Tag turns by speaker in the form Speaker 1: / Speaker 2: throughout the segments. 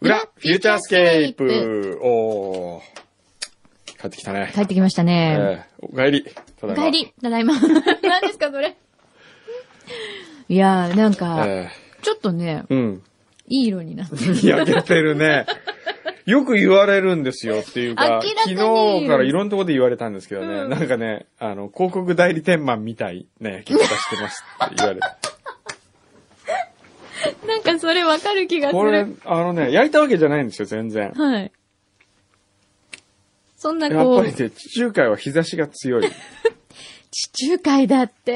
Speaker 1: 裏、フューチャースケープおー。帰ってきたね。
Speaker 2: 帰ってきましたね。
Speaker 1: えーお帰り。ただい
Speaker 2: お
Speaker 1: ま
Speaker 2: 帰。り、ただいま。 何ですか、それ。いやー、なんか、
Speaker 1: え
Speaker 2: ちょっとね、
Speaker 1: ーうん。
Speaker 2: いい色になって。
Speaker 1: 焼けてるね。よく言われるんですよっていうか、
Speaker 2: 明らか
Speaker 1: 昨
Speaker 2: に
Speaker 1: 日からいろんなとこで言われたんですけどね、
Speaker 2: うん
Speaker 1: なんかね、あの、広告代理店マンみたいな焼き方してますって言われて。
Speaker 2: なんかそれわかる気がす
Speaker 1: これ
Speaker 2: る。、
Speaker 1: あのね、焼いたわけじゃないんですよ、全然。
Speaker 2: はい。そんな
Speaker 1: やっ
Speaker 2: こ
Speaker 1: ぱ
Speaker 2: う
Speaker 1: り、ね、地中海は日差しが強い。
Speaker 2: 地中海だって。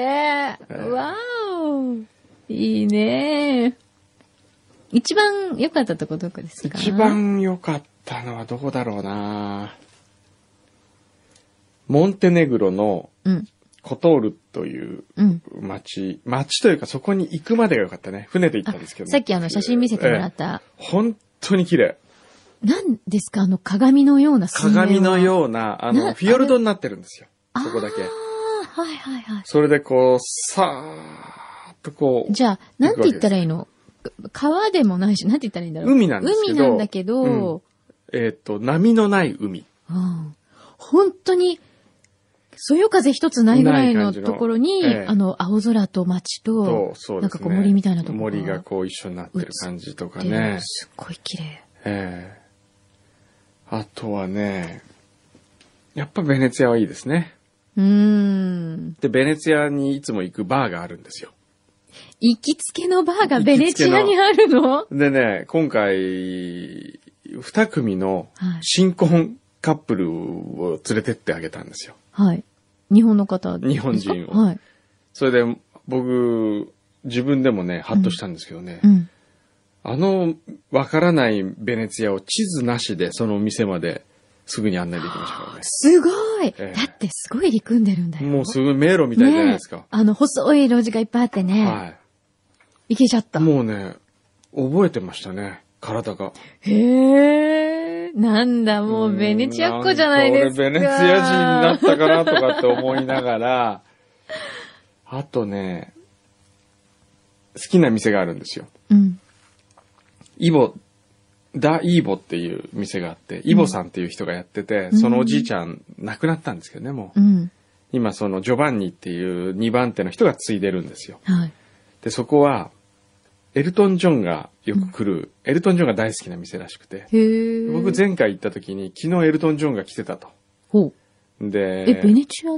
Speaker 1: ー
Speaker 2: わーお。いいね一番良かったとこどこですか
Speaker 1: 一番良かったのはどこだろうなモンテネグロの
Speaker 2: うん。
Speaker 1: コトールという
Speaker 2: うん。
Speaker 1: 町、町というかそこに行くまでが良かったね。船で行っ
Speaker 2: あ
Speaker 1: たんですけど、
Speaker 2: さっきあの写真見せてもらっ。
Speaker 1: ええ
Speaker 2: た。
Speaker 1: 本当に綺麗。
Speaker 2: 何ですかあの鏡のような水面は
Speaker 1: 鏡のような、あの、
Speaker 2: な
Speaker 1: フィヨルドになってるんですよ。
Speaker 2: あー
Speaker 1: そこだけ。
Speaker 2: はいはいはい。
Speaker 1: それでこう、さーっとこう、
Speaker 2: じゃあ、なんて言ったらいいのか川でもないし、なんて言ったらいいんだろう。
Speaker 1: 海なんですけど
Speaker 2: 海なんだけど、
Speaker 1: えっ、と、波のない海。
Speaker 2: うん本当に、そよ風一つないぐらい
Speaker 1: ない
Speaker 2: の
Speaker 1: 感じの
Speaker 2: ところに、
Speaker 1: ええ
Speaker 2: あの、青空と街
Speaker 1: とそう
Speaker 2: と、、
Speaker 1: ですね。
Speaker 2: なんかこう森みたいなところが
Speaker 1: 森がこう一緒になってる感じとか
Speaker 2: で
Speaker 1: ね。
Speaker 2: すっごい綺麗。
Speaker 1: ええあとはね、やっぱベネツィアはいいですね。
Speaker 2: うーん。
Speaker 1: で、ベネツィアにいつも行くバーがあるんですよ。
Speaker 2: 行きつけのバーがベネチアにあるの
Speaker 1: でね、今回、二組の
Speaker 2: はい
Speaker 1: 新婚カップルを連れてってあげたんですよ。
Speaker 2: はい。日本の方ですか
Speaker 1: 日本人を
Speaker 2: はい。
Speaker 1: それで、僕、自分でもね、ハッとしたんですけどね、
Speaker 2: うん。
Speaker 1: あの、わからないベネツィアを地図なしで、そのお店まですぐに案内できましたからね。
Speaker 2: すごい、
Speaker 1: ええ
Speaker 2: だってすごい力んでるんだよ。
Speaker 1: もうすごい迷路みたいじゃないです
Speaker 2: ね
Speaker 1: か
Speaker 2: え。あの、細い路地がいっぱいあってね。
Speaker 1: はい。
Speaker 2: 行けちゃった。
Speaker 1: もうね、覚えてましたね、体が。
Speaker 2: へえ、なんだ、もうベネチアっ子じゃないですか。
Speaker 1: うんなんか俺ベネツィア人になったかなとかって思いながら、あとね、好きな店があるんですよ。
Speaker 2: うん。
Speaker 1: イボ、ダ・イーボっていう店があって、イボさんっていう人がやってて、
Speaker 2: うん
Speaker 1: そのおじいちゃん亡くなったんですけどね、もう。
Speaker 2: うん。
Speaker 1: 今そのジョバンニっていう2番手の人が継いでるんですよ。
Speaker 2: はい。
Speaker 1: で、そこは、エルトン・ジョンがよく来る、エルトン・ジョンが大好きな店らしくて、
Speaker 2: へえ。
Speaker 1: 僕前回行った時に昨日エルトン・ジョンが来てたと。
Speaker 2: ほう。
Speaker 1: で、
Speaker 2: え、ベネチア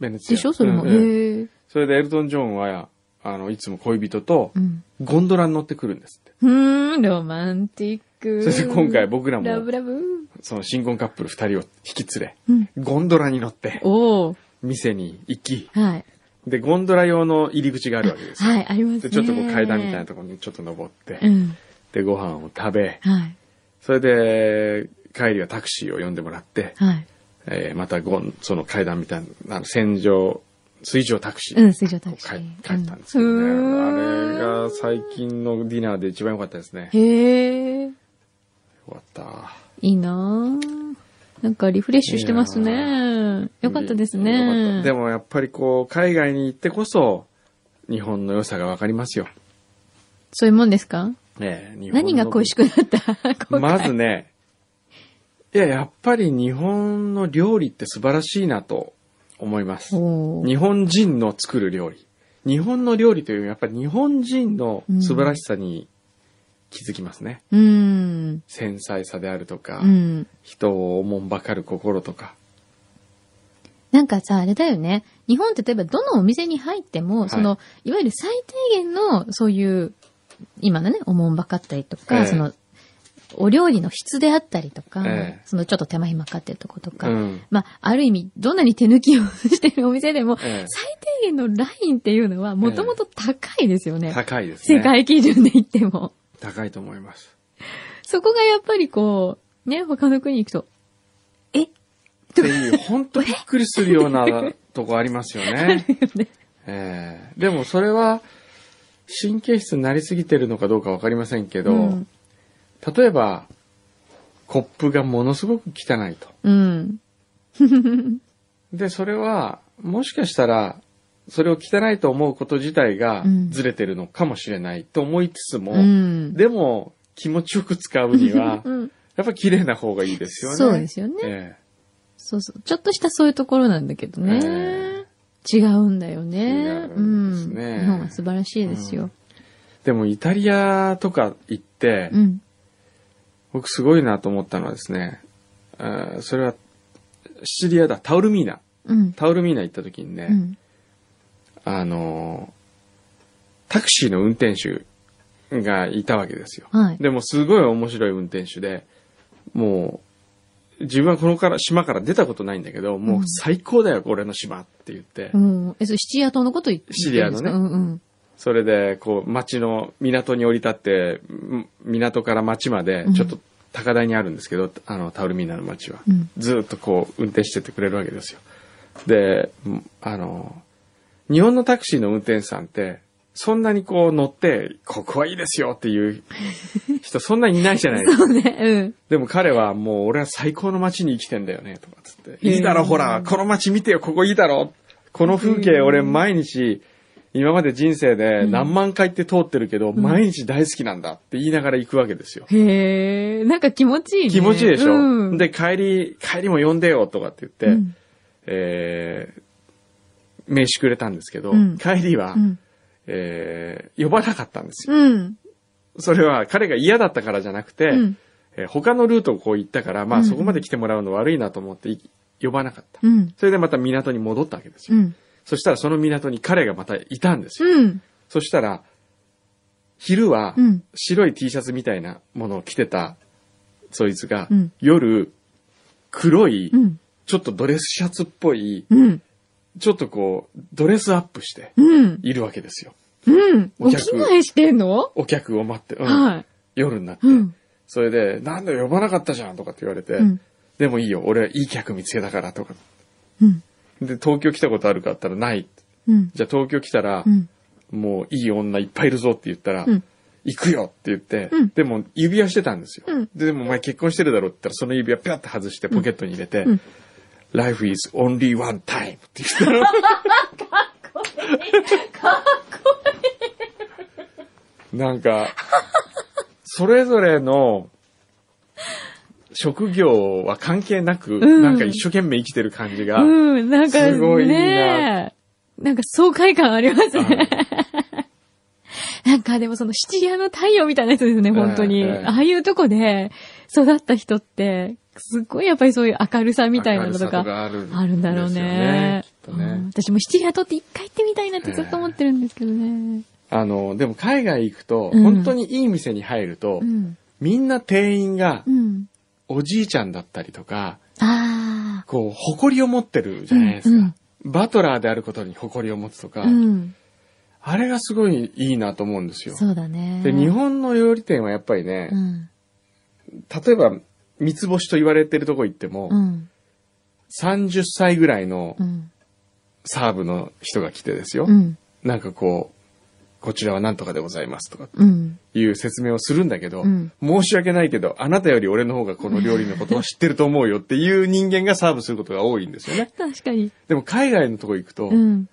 Speaker 1: ベネツィア
Speaker 2: でしょそれも。
Speaker 1: うんうん
Speaker 2: へえ。
Speaker 1: それでエルトン・ジョンは、あの、いつも恋人と
Speaker 2: うん。
Speaker 1: ゴンドラに乗ってくるんですって。
Speaker 2: うーん、ロマンティック。
Speaker 1: それで今回僕らも
Speaker 2: ラブラブ。
Speaker 1: その新婚カップル二人を引き連
Speaker 2: うん。
Speaker 1: れ、ゴンドラに乗って、
Speaker 2: おー。
Speaker 1: 店に行き、
Speaker 2: はい。
Speaker 1: で、ゴンドラ用の入り口があるわけですよ。
Speaker 2: はい、ありま
Speaker 1: で、
Speaker 2: すね。
Speaker 1: ちょっとこう階段みたいなところにちょっと登って、
Speaker 2: うん。
Speaker 1: で、ご飯を食べ、
Speaker 2: はい。
Speaker 1: それで、帰りはタクシーを呼んでもらって、
Speaker 2: はい。
Speaker 1: えーまたゴン、その階段みたいな、あの、戦場、水上タクシー。
Speaker 2: うん、水上タクシ
Speaker 1: 帰
Speaker 2: ー。
Speaker 1: 帰ったんですけどね。
Speaker 2: うん
Speaker 1: あれが最近のディナーで一番良かったですね。よ
Speaker 2: へえ。
Speaker 1: かった。
Speaker 2: いいなぁ。なんかリフレッシュしてます
Speaker 1: いや
Speaker 2: ね。よかったです
Speaker 1: よかった
Speaker 2: ね。
Speaker 1: でもやっぱりこう、海外に行ってこそ、日本の良さがわかりますよ。
Speaker 2: そういうもんですか
Speaker 1: ねえ日本の
Speaker 2: 何が恋しくなった今回
Speaker 1: まずね、いや、やっぱり日本の料理って素晴らしいなと思います。
Speaker 2: おー
Speaker 1: 日本人の作る料理。日本の料理というよりやっぱり日本人の素晴らしさに気づきますね。
Speaker 2: うん。
Speaker 1: 繊細さであるとか、
Speaker 2: うん。
Speaker 1: 人をおもんばかる心とか。
Speaker 2: なんかさ、あれだよね。日本って例えばどのお店に入っても、
Speaker 1: い
Speaker 2: その、いわゆる最低限の、そういう、今のね、おもんばかったりとか、
Speaker 1: ええ
Speaker 2: その、お料理の質であったりとか、
Speaker 1: ええ
Speaker 2: そのちょっと手間暇かってるとことか、
Speaker 1: うん
Speaker 2: まあ、ある意味、どんなに手抜きをしてるお店でも、
Speaker 1: ええ
Speaker 2: 最低限のラインっていうのは、もともと高いですよね。
Speaker 1: 高いですね。
Speaker 2: 世界基準で言っても。
Speaker 1: 高いと思います。
Speaker 2: そこがやっぱりこう、ね、他の国行くと、えっ
Speaker 1: っていう、本当びっくりするようなとこありますよ ね。
Speaker 2: ていうね。
Speaker 1: えーでもそれは、神経質になりすぎてるのかどうかわかりませんけど、
Speaker 2: うん
Speaker 1: 例えば、コップがものすごく汚いと。
Speaker 2: うん。
Speaker 1: で、それは、もしかしたら、それを汚いと思うこと自体が
Speaker 2: うん
Speaker 1: ずれてるのかもしれないと思いつつも、
Speaker 2: うん。、
Speaker 1: でも気持ちよく使うには
Speaker 2: うん
Speaker 1: やっぱ綺麗な方がいいですよね。
Speaker 2: そうですよね。
Speaker 1: え
Speaker 2: そうそう。ちょっとしたそういうところなんだけどね。
Speaker 1: え
Speaker 2: 違うんだよね。
Speaker 1: 違
Speaker 2: う
Speaker 1: うんです
Speaker 2: ん。
Speaker 1: ね
Speaker 2: 日本は素晴らしいですよ。
Speaker 1: えでもイタリアとか行って、
Speaker 2: うん。
Speaker 1: 僕すごいなと思ったのはですね、あーそれはシチリアだ、タオルミーナ。
Speaker 2: うん。
Speaker 1: タオルミーナ行った時にね、
Speaker 2: うん。
Speaker 1: あのータクシーの運転手がいたわけですよ。
Speaker 2: はい。
Speaker 1: でもすごい面白い運転手で、もう、自分はこのから島から出たことないんだけど、もう最高だよ、俺の島って言って、
Speaker 2: うん。え、そう、シチリア島のこと言ってるんですか
Speaker 1: シチリアのね
Speaker 2: うんうん。
Speaker 1: それで、こう、町の港に降り立って、ん港から町まで
Speaker 2: う、ん
Speaker 1: ちょっと高台にあるんですけど、あの、タオルミーナの町は。
Speaker 2: うん
Speaker 1: ずーっとこう、運転してってくれるわけですよ。で、うんあの、日本のタクシーの運転手さんって、そんなにこう乗って、ここはいいですよっていう人、そんなにいないじゃないですか。
Speaker 2: そうね。うん。
Speaker 1: でも彼はもう俺は最高の街に生きてんだよね、とかつって。
Speaker 2: へー
Speaker 1: いいだろ、ほら、この街見てよ、ここいいだろ。この風景俺毎日、今まで人生で何万回って通ってるけど、
Speaker 2: ん
Speaker 1: 毎日大好きなんだって言いながら行くわけですよ。
Speaker 2: へえ、なんか気持ちいいね。
Speaker 1: 気持ちいいでしょ、
Speaker 2: うん、
Speaker 1: で、帰り、帰りも呼んでよ、とかって言って、
Speaker 2: うん
Speaker 1: えー、名刺くれたんですけど、
Speaker 2: うん
Speaker 1: 帰りは、
Speaker 2: うん。
Speaker 1: えー、呼ばなかったんですよ。
Speaker 2: うん。
Speaker 1: それは彼が嫌だったからじゃなくて、
Speaker 2: うん。
Speaker 1: えー他のルートをこう行ったから、ま
Speaker 2: う
Speaker 1: あ
Speaker 2: んうん
Speaker 1: そこまで来てもらうの悪いなと思ってい呼ばなかった。
Speaker 2: うん。
Speaker 1: それでまた港に戻ったわけです
Speaker 2: う
Speaker 1: よ。
Speaker 2: ん。
Speaker 1: そしたらその港に彼がまたいたんですよ。
Speaker 2: うん。
Speaker 1: そしたら、昼は
Speaker 2: うん
Speaker 1: 白い T シャツみたいなものを着てたそいつが、
Speaker 2: うん
Speaker 1: 夜黒い
Speaker 2: うん。
Speaker 1: ちょっとドレスシャツっぽい、
Speaker 2: うん。
Speaker 1: ちょっとこうドレスアップして
Speaker 2: うん。
Speaker 1: いるわけですよ。
Speaker 2: うん。
Speaker 1: お
Speaker 2: お
Speaker 1: 客
Speaker 2: 着替えしてんの、
Speaker 1: お客を待って、うん
Speaker 2: はい。
Speaker 1: 夜になって。
Speaker 2: うん。
Speaker 1: それで、なんだよ呼ばなかったじゃんとかって言われて、
Speaker 2: うん
Speaker 1: でもいいよ、俺はいい客見つけたからとか。
Speaker 2: うん。
Speaker 1: で、東京来たことあるかって言ったらない。
Speaker 2: うん。
Speaker 1: じゃあ東京来たら
Speaker 2: う、ん。
Speaker 1: もういい女いっぱいいるぞって言ったら、
Speaker 2: うん
Speaker 1: 行くよって言って、
Speaker 2: うん
Speaker 1: でも指輪してたんですよ。
Speaker 2: うん
Speaker 1: で、でもお前結婚してるだろって言ったらその指輪ピャッて外してポケットに入れて、
Speaker 2: うん
Speaker 1: Life is only one time って言 ったら、かっこいいかっこいいなんか、それぞれの職業は関係なく、
Speaker 2: ん
Speaker 1: なんか一生懸命生きてる感じが、
Speaker 2: うん。なんか、
Speaker 1: すごいいいな
Speaker 2: ねえなんか爽快感ありますね。なんかでもそのシチリアの太陽みたいな人ですね、本当に。
Speaker 1: ええ
Speaker 2: ああいうとこで育った人って、すっごいやっぱりそういう明るさみたいなのと
Speaker 1: 明るさ
Speaker 2: か、
Speaker 1: あるんですよ
Speaker 2: あるんだろうね。
Speaker 1: きっとね。
Speaker 2: うん私もシチリア島って一回行ってみたいなってずっと思ってるんですけどね。
Speaker 1: あの、でも海外行くと、
Speaker 2: うん
Speaker 1: 本当にいい店に入ると、
Speaker 2: うん。
Speaker 1: みんな店員が
Speaker 2: う、ん。
Speaker 1: おじいちゃんだったりとか、
Speaker 2: あ
Speaker 1: こう、誇りを持ってるじゃないですか。
Speaker 2: うん
Speaker 1: バトラーであることに誇りを持つとか、
Speaker 2: あ。うん。
Speaker 1: あれがすごいいいなと思うんですよ。
Speaker 2: そうだね。
Speaker 1: で、日本の料理店はやっぱりね、
Speaker 2: うん。
Speaker 1: 例えば、三つ星と言われてるとこ行っても、
Speaker 2: うん。
Speaker 1: 30歳ぐらいの
Speaker 2: うん。
Speaker 1: サーブの人が来てですよ。
Speaker 2: うん。
Speaker 1: なんかこう、こちらはなんとかでございますとか
Speaker 2: うん。
Speaker 1: いう説明をするんだけど、
Speaker 2: うん
Speaker 1: 申し訳ないけど、あなたより俺の方がこの料理のことは知ってると思うよっていう人間がサーブすることが多いんですよね。
Speaker 2: 確かに。
Speaker 1: でも海外のとこ行くと、
Speaker 2: うん。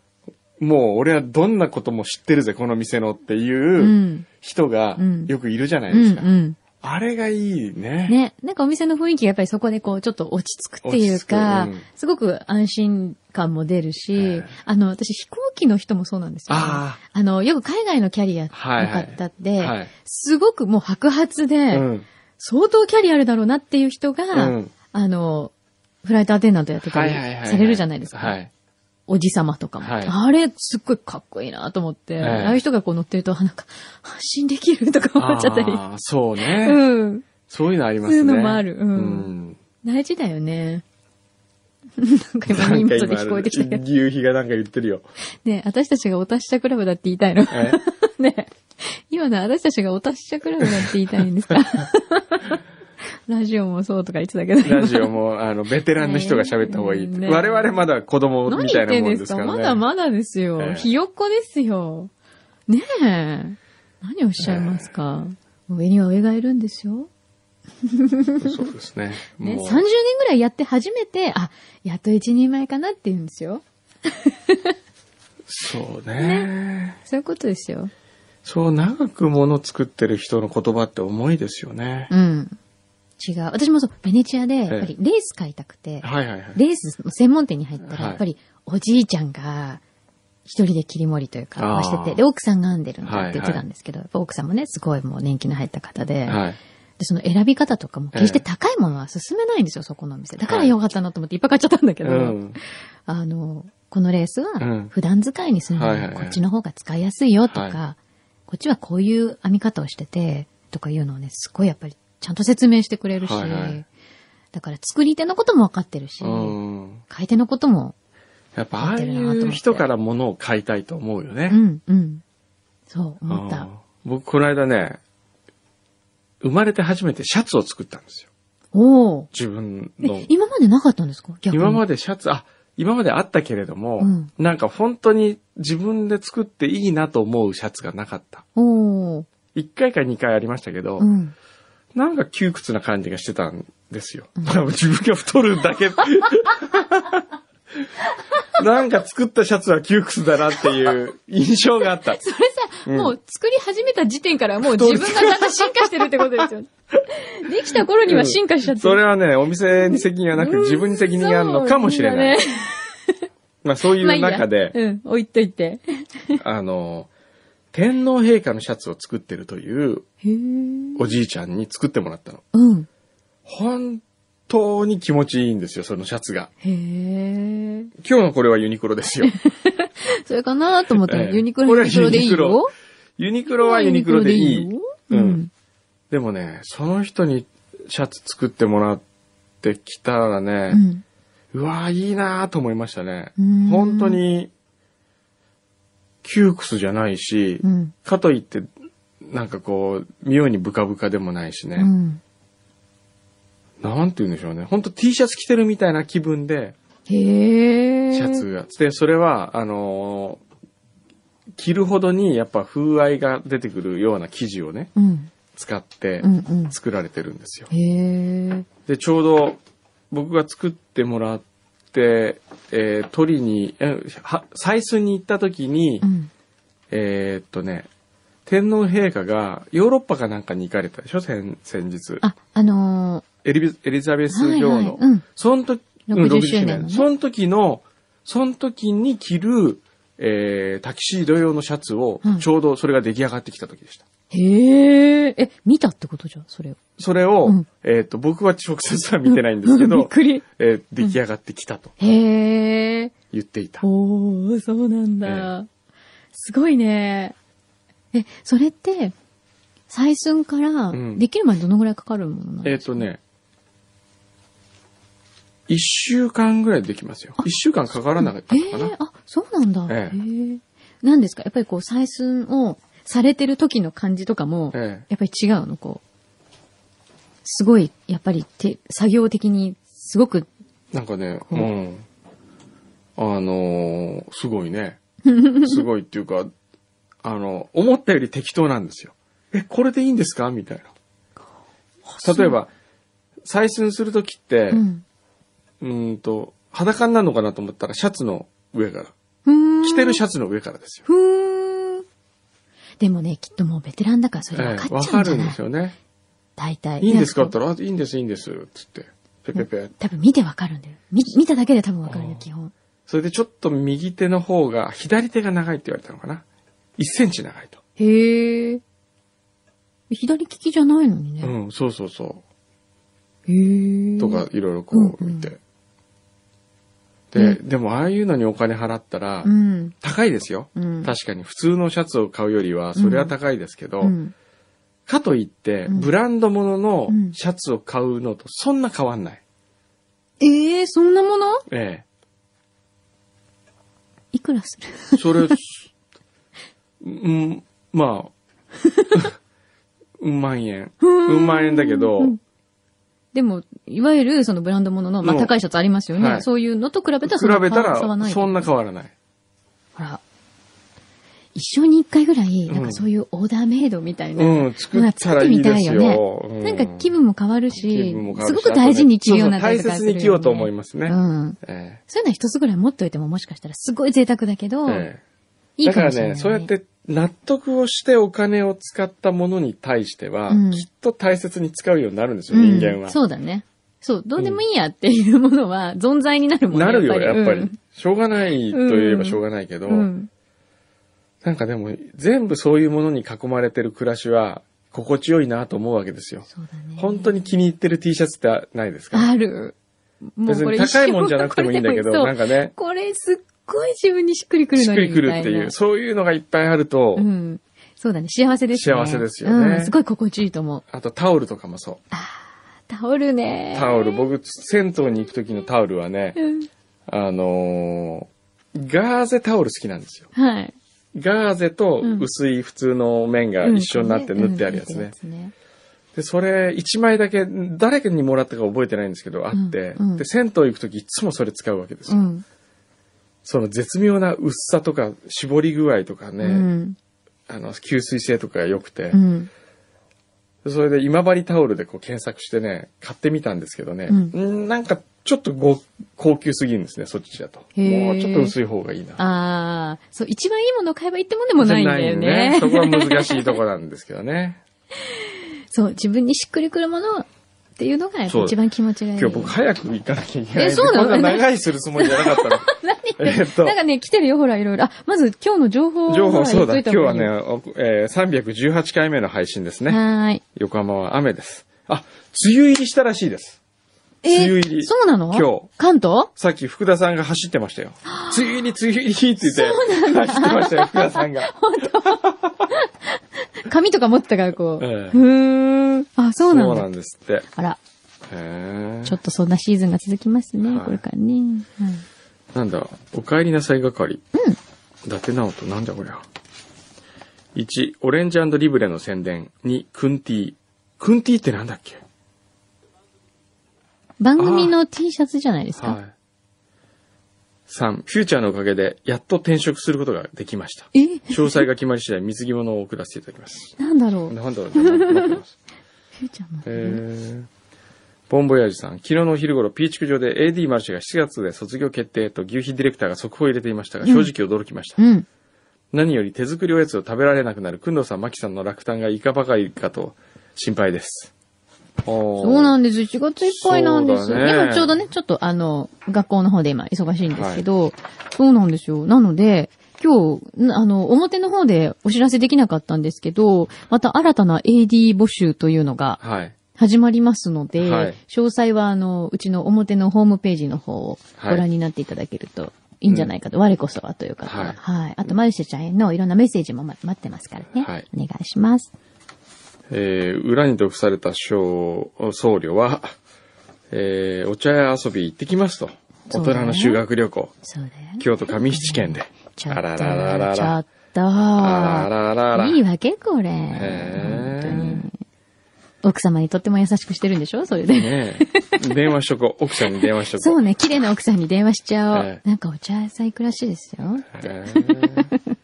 Speaker 1: もう俺はどんなことも知ってるぜ、この店のって
Speaker 2: う。
Speaker 1: いうん人が
Speaker 2: うん
Speaker 1: よくいるじゃな
Speaker 2: う
Speaker 1: いです
Speaker 2: ん。
Speaker 1: か。
Speaker 2: うん。
Speaker 1: あれがいいね。
Speaker 2: ね。なんかお店の雰囲気がやっぱりそこでこう、ちょっと落ち着くっていうか、
Speaker 1: 落ち着くうん
Speaker 2: すごく安心感も出るし
Speaker 1: ええ、
Speaker 2: あの、私飛行機の人もそうなんですよ、ね。
Speaker 1: あ
Speaker 2: あの、よく海外のキャリアの
Speaker 1: はいはい
Speaker 2: 方って、
Speaker 1: はい
Speaker 2: すごくもう白髪で、
Speaker 1: あ。うん。
Speaker 2: 相当キャリアあるだろうなっていう人が、
Speaker 1: うん
Speaker 2: あの、フライトアテンダントやってた
Speaker 1: は
Speaker 2: り
Speaker 1: いはいはいはい。
Speaker 2: されるじゃないですか。
Speaker 1: はい。
Speaker 2: おじさまとかも。
Speaker 1: はい
Speaker 2: あれ、すっごいかっこいいなと思って、
Speaker 1: ええ
Speaker 2: ああいう人がこう乗ってると、あなんか、安心できるとか思っちゃったり。
Speaker 1: あーそうね、
Speaker 2: うん。
Speaker 1: そういうのありますね。
Speaker 2: そういうのもあるうん
Speaker 1: ん
Speaker 2: 大事だよね。なんか今、荷物で聞こえてきたけ
Speaker 1: なん
Speaker 2: ど。
Speaker 1: か今夕日がなんか言ってるよ。
Speaker 2: ねえ私たちがお達者クラブだって言いたいの。
Speaker 1: え
Speaker 2: ねえ今の私たちがお達者クラブだって言いたいんで すかラジオもそうとか言ってたけど。
Speaker 1: ラジオも、あの、ベテランの人が喋った方がいいって。
Speaker 2: ね
Speaker 1: 我々まだ子供
Speaker 2: 何
Speaker 1: みた
Speaker 2: 言
Speaker 1: いな
Speaker 2: ってん
Speaker 1: もん
Speaker 2: で
Speaker 1: ですす
Speaker 2: か
Speaker 1: からね。
Speaker 2: まだまだですよ。
Speaker 1: ええ
Speaker 2: ひよっこですよ。ねえ。何をおっしゃいますか、上には上がいるんですよ。
Speaker 1: そうですね。
Speaker 2: ね、30
Speaker 1: もう
Speaker 2: 年ぐらいやって初めて、あ、やっと一人前かなって言うんですよ。
Speaker 1: そうね。
Speaker 2: そういうことですよ。
Speaker 1: そう、長くもの作ってる人の言葉って重いですよね。
Speaker 2: うん。違う。私もそう、ベネチアで、やっぱりレース買いたくて、
Speaker 1: はいはいはい。
Speaker 2: レースの専門店に入った
Speaker 1: は
Speaker 2: ら、
Speaker 1: い
Speaker 2: やっぱりおじいちゃんが、一人で切り盛りという
Speaker 1: あ
Speaker 2: か、
Speaker 1: ー
Speaker 2: してて、で、奥さんが編んでるんだって言って
Speaker 1: はいは
Speaker 2: た
Speaker 1: い
Speaker 2: んですけど、やっぱ奥さんもね、すごいもう年季の入った方で、
Speaker 1: はい。
Speaker 2: で、その選び方とかも、
Speaker 1: ええ
Speaker 2: 決して高いものは進めないんですよ、そこのお店。だからよかったなと思っていっぱい買っちゃったんだけ
Speaker 1: う
Speaker 2: ど、
Speaker 1: ん。
Speaker 2: あの、このレース
Speaker 1: うん
Speaker 2: は、普段使いにするの
Speaker 1: はいはい
Speaker 2: に、
Speaker 1: はい
Speaker 2: こっちの方が使いやすいよとか、
Speaker 1: は
Speaker 2: こっちはこういう編み方をしてて、とかいうのをね、すごいやっぱり、ちゃんと説明してくれるし、
Speaker 1: はいはい
Speaker 2: だから作り手のことも分かってるし、
Speaker 1: うん。
Speaker 2: 買い手のことも、
Speaker 1: やっぱああいう人から物を買いたいと思うよね。
Speaker 2: うん、うん。そう、思っ
Speaker 1: う
Speaker 2: た
Speaker 1: ん。僕、この間ね、生まれて初めてシャツを作ったんですよ。
Speaker 2: おお。
Speaker 1: 自分の
Speaker 2: え、。今までなかったんですか逆に。
Speaker 1: 今ま
Speaker 2: で。
Speaker 1: でシャツ、あ、今まであったけれども、
Speaker 2: うん
Speaker 1: なんか本当に自分で作っていいなと思うシャツがなかった。
Speaker 2: おお。
Speaker 1: 一回か二回ありましたけど、
Speaker 2: うん。
Speaker 1: なんか窮屈な感じがしてたんですよ。
Speaker 2: うん
Speaker 1: 自分が太る だけ。なんか作ったシャツは窮屈だなっていう印象があった。
Speaker 2: それさ、
Speaker 1: うん
Speaker 2: もう作り始めた時点からもう自分がちゃんと進化してるってことで すよね。できた頃には進化しちゃってる。
Speaker 1: それはね、お店に責任はなく自分に責任があるのかもしれない。
Speaker 2: そうだね
Speaker 1: まあそうい
Speaker 2: まあ
Speaker 1: う
Speaker 2: いいや
Speaker 1: 中で、
Speaker 2: うん、置いといて。
Speaker 1: あの、天皇陛下のシャツを作ってるという
Speaker 2: へー
Speaker 1: おじいちゃんに作ってもらったの。
Speaker 2: うん。
Speaker 1: 本当に気持ちいいんですよ、そのシャツが。
Speaker 2: へー
Speaker 1: 今日のこれはユニクロです よ。
Speaker 2: それかなと思ったら、
Speaker 1: ええ
Speaker 2: ユニクロユニクロでいい
Speaker 1: これはユニ
Speaker 2: よ。
Speaker 1: ユニクロはユニクロでいい。
Speaker 2: よ
Speaker 1: う
Speaker 2: うんん。
Speaker 1: でもね、その人にシャツ作ってもらってきたら
Speaker 2: う
Speaker 1: ね、
Speaker 2: ん。
Speaker 1: うわーいいなーと思いましたね
Speaker 2: うーん。
Speaker 1: 本当に、窮屈じゃないし、
Speaker 2: うん。
Speaker 1: かといって、なんかこう、妙にブカブカでもないし
Speaker 2: う
Speaker 1: ね。
Speaker 2: ん。
Speaker 1: なんて言うんでしょうね。ほんと T シャツ着てるみたいな気分で、
Speaker 2: へえ。
Speaker 1: シャツ。が。で、それは、あのー着るほどにやっぱ風合いが出てくるような生地をね、
Speaker 2: うん。
Speaker 1: 使って
Speaker 2: うんうん。
Speaker 1: 作られてるんですよ。
Speaker 2: へえ。
Speaker 1: で、ちょうど僕が作ってもらって、えー取りに、えは採寸に行った時に、
Speaker 2: うん。
Speaker 1: えーっとね、天皇陛下がヨーロッパかなんかに行かれたでしょ先先日。
Speaker 2: あ、あの
Speaker 1: エリビエリザベ
Speaker 2: ー、
Speaker 1: ス女王の。
Speaker 2: はいはい。うん。
Speaker 1: その時、うん
Speaker 2: 60周年のね
Speaker 1: その時の、その時に着る、えー、タキシード用のシャツを
Speaker 2: う、ん
Speaker 1: ちょうどそれが出来上がってきた時でした。
Speaker 2: へえ。え、見たってことじゃん、それを。
Speaker 1: それを、
Speaker 2: うん
Speaker 1: えっ、と、僕は直接は見てないんですけ
Speaker 2: びっ
Speaker 1: ど、
Speaker 2: くり。
Speaker 1: えー出来上がってきたと
Speaker 2: へえ。
Speaker 1: 言っていた。
Speaker 2: おー、そうなんだ。すごいね。え、それって、採寸から
Speaker 1: うん、
Speaker 2: できるまでどのぐらいかかるものなの
Speaker 1: えっ、とね、一週間ぐらいできますよ
Speaker 2: あ。
Speaker 1: 一週間かからなかった
Speaker 2: え
Speaker 1: かな。
Speaker 2: ー、あ、そうなんだ。
Speaker 1: ええ
Speaker 2: へーなんですかやっぱりこう、採寸をされてる時の感じとかも、
Speaker 1: ええ
Speaker 2: やっぱり違うのこう。すごい、やっぱり手、作業的に、すごく、
Speaker 1: なんかね、う
Speaker 2: うん
Speaker 1: ん。あのーすごいね。 すごいっていうか、あの、思ったより適当なんですよ。え、これでいいんですかみたいな。例えば、採寸するときって、
Speaker 2: う。
Speaker 1: うんんと、裸になるのかなと思ったら、シャツの上から。
Speaker 2: ふーん
Speaker 1: 着てるシャツの上からですよ。
Speaker 2: ふーん。でもね、きっともうベテランだからそれ
Speaker 1: え
Speaker 2: 分
Speaker 1: え
Speaker 2: かっ
Speaker 1: わ
Speaker 2: ちゃう
Speaker 1: か
Speaker 2: んじ
Speaker 1: る
Speaker 2: ゃ
Speaker 1: ん
Speaker 2: な
Speaker 1: で
Speaker 2: い
Speaker 1: すよね。
Speaker 2: 大体。
Speaker 1: いいんですか
Speaker 2: や
Speaker 1: って言ったら、あいいんです、いいんです、つって。ペペペ。
Speaker 2: 多分見てわかるんだよ。見、見ただけで多分わかるんだ
Speaker 1: あ
Speaker 2: よ
Speaker 1: ー、
Speaker 2: 基本。
Speaker 1: それでちょっと右手の方が、左手が長いって言われたのかな。1センチ長いと。
Speaker 2: へえ。左利きじゃないのにね。
Speaker 1: うん、そうそうそう。
Speaker 2: へえ。
Speaker 1: とか。いろいろこう
Speaker 2: うん
Speaker 1: 見て。
Speaker 2: うん
Speaker 1: で、でもああいうのにお金払ったら
Speaker 2: う、ん。
Speaker 1: 高いですよ。
Speaker 2: うん。
Speaker 1: 確かに普通のシャツを買うよりは、それは高いですけど
Speaker 2: う、ん。
Speaker 1: かといって、
Speaker 2: うん
Speaker 1: ブランドもの
Speaker 2: う
Speaker 1: の
Speaker 2: ん
Speaker 1: シャツを買うのとそんな変わんない。
Speaker 2: ええそんなもの
Speaker 1: え
Speaker 2: いくらする
Speaker 1: え。それ、 うん、まあ、 うん万 円。
Speaker 2: う
Speaker 1: うん万円だけど
Speaker 2: んでも、いわゆるそのブランドものの、まあ
Speaker 1: の
Speaker 2: 高いシャツありますよね。
Speaker 1: はい
Speaker 2: そういうのと比べたら
Speaker 1: 比
Speaker 2: そんな
Speaker 1: べた
Speaker 2: 差はな
Speaker 1: ら、
Speaker 2: い。
Speaker 1: そんな変わらない。
Speaker 2: ほら。一生に一回ぐらい、なん
Speaker 1: うん
Speaker 2: かそういうオーダーメイドみたいな。
Speaker 1: うん、作ったらいいですよ。う
Speaker 2: なんか気分も変わる
Speaker 1: 気
Speaker 2: し、
Speaker 1: 分も変わ
Speaker 2: す
Speaker 1: るし
Speaker 2: ごく大事に着るような
Speaker 1: そうそう大切に着ようと思い
Speaker 2: ま
Speaker 1: ます
Speaker 2: す
Speaker 1: ね。
Speaker 2: うん。
Speaker 1: え
Speaker 2: そういうのは一つぐらい持っといてももしかしたらすごい贅沢だけど、
Speaker 1: ええ
Speaker 2: いい
Speaker 1: だか
Speaker 2: からもしれない、
Speaker 1: ね、そうやっ。て納得をしてお金を使ったものに対しては、
Speaker 2: うん
Speaker 1: きっと大切に使うようになるんですよ、
Speaker 2: うん、
Speaker 1: 人間は。
Speaker 2: そうだね。そう、どうでもいいやっていうものは存在になるもんね。
Speaker 1: なるよ、やっぱり。
Speaker 2: うん
Speaker 1: しょうがないといえばしょうがないけど、
Speaker 2: うん。
Speaker 1: なんかでも、全部そういうものに囲まれてる暮らしは、心地よいなと思うわけですよ。
Speaker 2: そうだね。
Speaker 1: 本当に気に入ってる T シャツってないですか
Speaker 2: ある。もう
Speaker 1: 別
Speaker 2: これ
Speaker 1: に高いもんじゃなくてもいいんだけど、
Speaker 2: これ
Speaker 1: なんかね、
Speaker 2: これすっごい自分にしっくりくる
Speaker 1: し
Speaker 2: の
Speaker 1: っ
Speaker 2: に
Speaker 1: く
Speaker 2: み
Speaker 1: り
Speaker 2: た
Speaker 1: く
Speaker 2: いな。
Speaker 1: るっていう、そういうのがいっぱいあると、
Speaker 2: うん。そうだね。幸せですね。
Speaker 1: 幸せですよね
Speaker 2: うん。すごい心地いいと思う。
Speaker 1: あとタオルとかもそう。
Speaker 2: タオルね。
Speaker 1: タオル、僕、銭湯に行く時のタオルはね、
Speaker 2: うん。
Speaker 1: あのーガーゼタオル好きなんですよ。
Speaker 2: はい。
Speaker 1: ガーゼと薄い普通の面が一緒になって
Speaker 2: うん
Speaker 1: 縫ってあるやつね。
Speaker 2: うん縫ってあるや
Speaker 1: で、それ一枚だけ、誰にもらったか覚えてないんですけど、あって、
Speaker 2: うんうん
Speaker 1: で、銭湯行く時いつもそれ使うわけです
Speaker 2: つねう
Speaker 1: よ。
Speaker 2: ん。
Speaker 1: その絶妙な薄さとか、絞り具合とかね、
Speaker 2: うん。
Speaker 1: あの、吸水性とかが良くて、
Speaker 2: うん。
Speaker 1: それで今治タオルでこう検索してね、買ってみたんですけどね、
Speaker 2: うん
Speaker 1: んなんかちょっとご高級すぎるんですね、そっちだと。
Speaker 2: へー
Speaker 1: もうちょっと薄い方がいいな。
Speaker 2: ああ、そう、一番いいものを買えばいいってもんでもないんだよね。
Speaker 1: そこは難しいとこなんですけどね。
Speaker 2: そう、自分にしっくりくるものっていうのがやっぱ一番気持ちがいい。
Speaker 1: 今日僕早く行かなきゃいけない。
Speaker 2: えそうなの
Speaker 1: こんな長いするつもりじゃなかったの。
Speaker 2: 何
Speaker 1: えっと
Speaker 2: なんかね、来てるよ、ほら、いろいろ。あ、まず今日の情報を。
Speaker 1: 情報そうだ。
Speaker 2: ほら
Speaker 1: 今日は。ね、
Speaker 2: 言っ
Speaker 1: おえー318回目の配信です
Speaker 2: といた方
Speaker 1: ね。
Speaker 2: がいいはーい。
Speaker 1: 横浜は雨です。あ、梅雨入りしたらしいです。
Speaker 2: えー
Speaker 1: 梅雨入り
Speaker 2: そうなの
Speaker 1: 今日。
Speaker 2: 関東
Speaker 1: さっき福田さんが走ってましたよ。梅雨入り、梅雨入りって言って、走ってましたよ、福田さんが。
Speaker 2: 紙とか持ってたから、こう。
Speaker 1: ええ
Speaker 2: ふーん。あ、 そうなんだ。
Speaker 1: ですって。
Speaker 2: あら、
Speaker 1: へ
Speaker 2: ち
Speaker 1: え。
Speaker 2: ょっとそんなシーズンが続きますね、
Speaker 1: はい
Speaker 2: これからね。はい
Speaker 1: なんだ、お帰りなさい係。伊達直人、なんだこりゃ。1、オレンジリブレの宣伝。2、クンティー。クンティーってなんだっけ
Speaker 2: 番組の T シャツじゃないですか。
Speaker 1: はい。3、フューチャーのおかげで、やっと転職することができました。
Speaker 2: え
Speaker 1: 詳細が決まり次第、水着物を送らせていただきます。
Speaker 2: なんだろう。
Speaker 1: なんだ ろうね、待ってます。
Speaker 2: フューチャーの。
Speaker 1: えーボンボヤージュさん、昨日のお昼頃、ピーチク上で AD マルシェが7月で卒業決定と牛皮ディレクターが速報を入れていましたが、正直驚きました。
Speaker 2: うん。
Speaker 1: 何より手作りおやつを食べられなくなる、くんどうさん、まきさんの落胆がいかばかりかと心配です。そ
Speaker 2: そうなんです。1月いっぱいなんです。
Speaker 1: そうだね
Speaker 2: 今ちょうどね、ちょっとあの、学校の方で今忙しいんですけど、そうなんですよ。なので、今日、んあの、表の方でお知らせできなかったんですけど、また新たな AD 募集というのが
Speaker 1: はい。
Speaker 2: 始まりますので、
Speaker 1: はい
Speaker 2: 詳細はあの、うちの表のホームページの方をご覧になっていただけるといいんじゃないかと、我こそはという方は。は
Speaker 1: はいい。
Speaker 2: あと、マルシェちゃんへのいろんなメッセージもま待ってますからね。
Speaker 1: はい
Speaker 2: お願いします。
Speaker 1: えー裏に毒された僧僧侶は、えーお茶屋遊び行ってきますと。
Speaker 2: そ
Speaker 1: 大
Speaker 2: うだね
Speaker 1: 人の修学旅行。
Speaker 2: そうだよ。
Speaker 1: 京都上七県で。
Speaker 2: ちょっと、
Speaker 1: あらららら
Speaker 2: ちょ
Speaker 1: ら
Speaker 2: っ。と。
Speaker 1: あらららら。
Speaker 2: いいわけこれ。
Speaker 1: へ
Speaker 2: 本
Speaker 1: ー
Speaker 2: 当に。奥様にとっても優しくしてるんでしょそれで。
Speaker 1: ねえ。電話しとこう。奥さんに電話しとこう。
Speaker 2: そうね、綺麗な奥さんに電話しちゃおう
Speaker 1: え。
Speaker 2: なんかお茶屋さん行くらしいですよ。
Speaker 1: へえ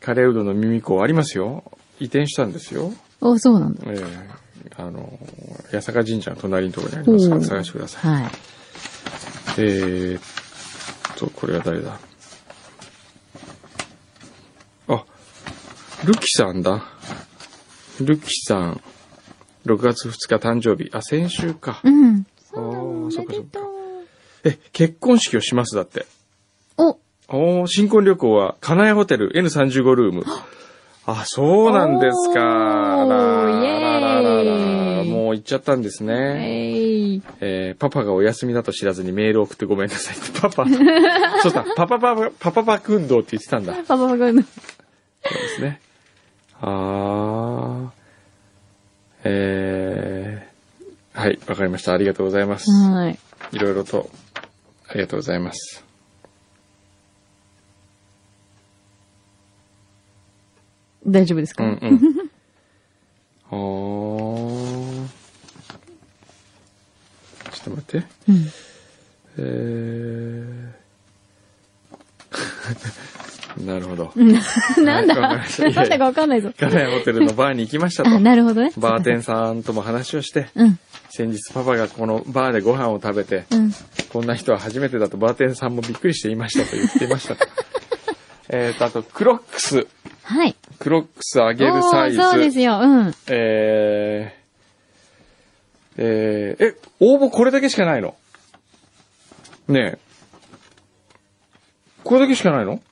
Speaker 1: カレーうどんの耳子ありますよ。移転したんですよ。
Speaker 2: お、そうなんだ。
Speaker 1: ええあの、八坂神社の隣のところにありますか
Speaker 2: お
Speaker 1: ら
Speaker 2: う
Speaker 1: 探してください。
Speaker 2: はい。
Speaker 1: えーっと、これは誰だあ、ルキさんだ。ルキさん、6月2日誕生日。あ、先週か。
Speaker 2: うん。そ
Speaker 1: あ
Speaker 2: う
Speaker 1: ー
Speaker 2: な
Speaker 1: そ
Speaker 2: ん
Speaker 1: っかそ
Speaker 2: だ。おめ
Speaker 1: っ
Speaker 2: で
Speaker 1: か
Speaker 2: とう。
Speaker 1: え、結婚式をしますだって。
Speaker 2: お、
Speaker 1: おー新婚旅行は、金谷ホテル N35 ルーム。あ、そうなんですか。あ
Speaker 2: おー
Speaker 1: ら
Speaker 2: イエーイ
Speaker 1: あららららもう行っちゃったんですね。
Speaker 2: えい。
Speaker 1: えーパパがお休みだと知らずにメールを送ってごめんなさいって。パパ。そうだ、パパパパ、パパパ運動って言ってたんだ。そ
Speaker 2: パパがの。
Speaker 1: うですね。あー。えー、はい、わかりました。ありがとうございます。
Speaker 2: はい。
Speaker 1: いろいろと、ありがとうございます。
Speaker 2: 大丈夫です
Speaker 1: う
Speaker 2: か
Speaker 1: んうん。おーちょっと待って。
Speaker 2: うん。
Speaker 1: えー なるほど。
Speaker 2: なん
Speaker 1: わかり
Speaker 2: だ
Speaker 1: ました
Speaker 2: なんだかわかんないぞ。
Speaker 1: ガラヤホテルのバーに行きましたと
Speaker 2: あ、。なるほどね。
Speaker 1: バーテン
Speaker 2: ン。
Speaker 1: さんとも話をして、
Speaker 2: うん。
Speaker 1: 先日パパがこのバーでご飯を食べて、
Speaker 2: うん。
Speaker 1: こんな人は初めてだとバーテンさんもびっくりしていましたと言っていましたと。 えっと、あと、クロックス。
Speaker 2: はい。
Speaker 1: クロックス上げる
Speaker 2: お
Speaker 1: サイ
Speaker 2: ー
Speaker 1: ズ。
Speaker 2: そうですよ。うん。
Speaker 1: えー、えー、え、応募これだけしかないのねえ。これだけしかないの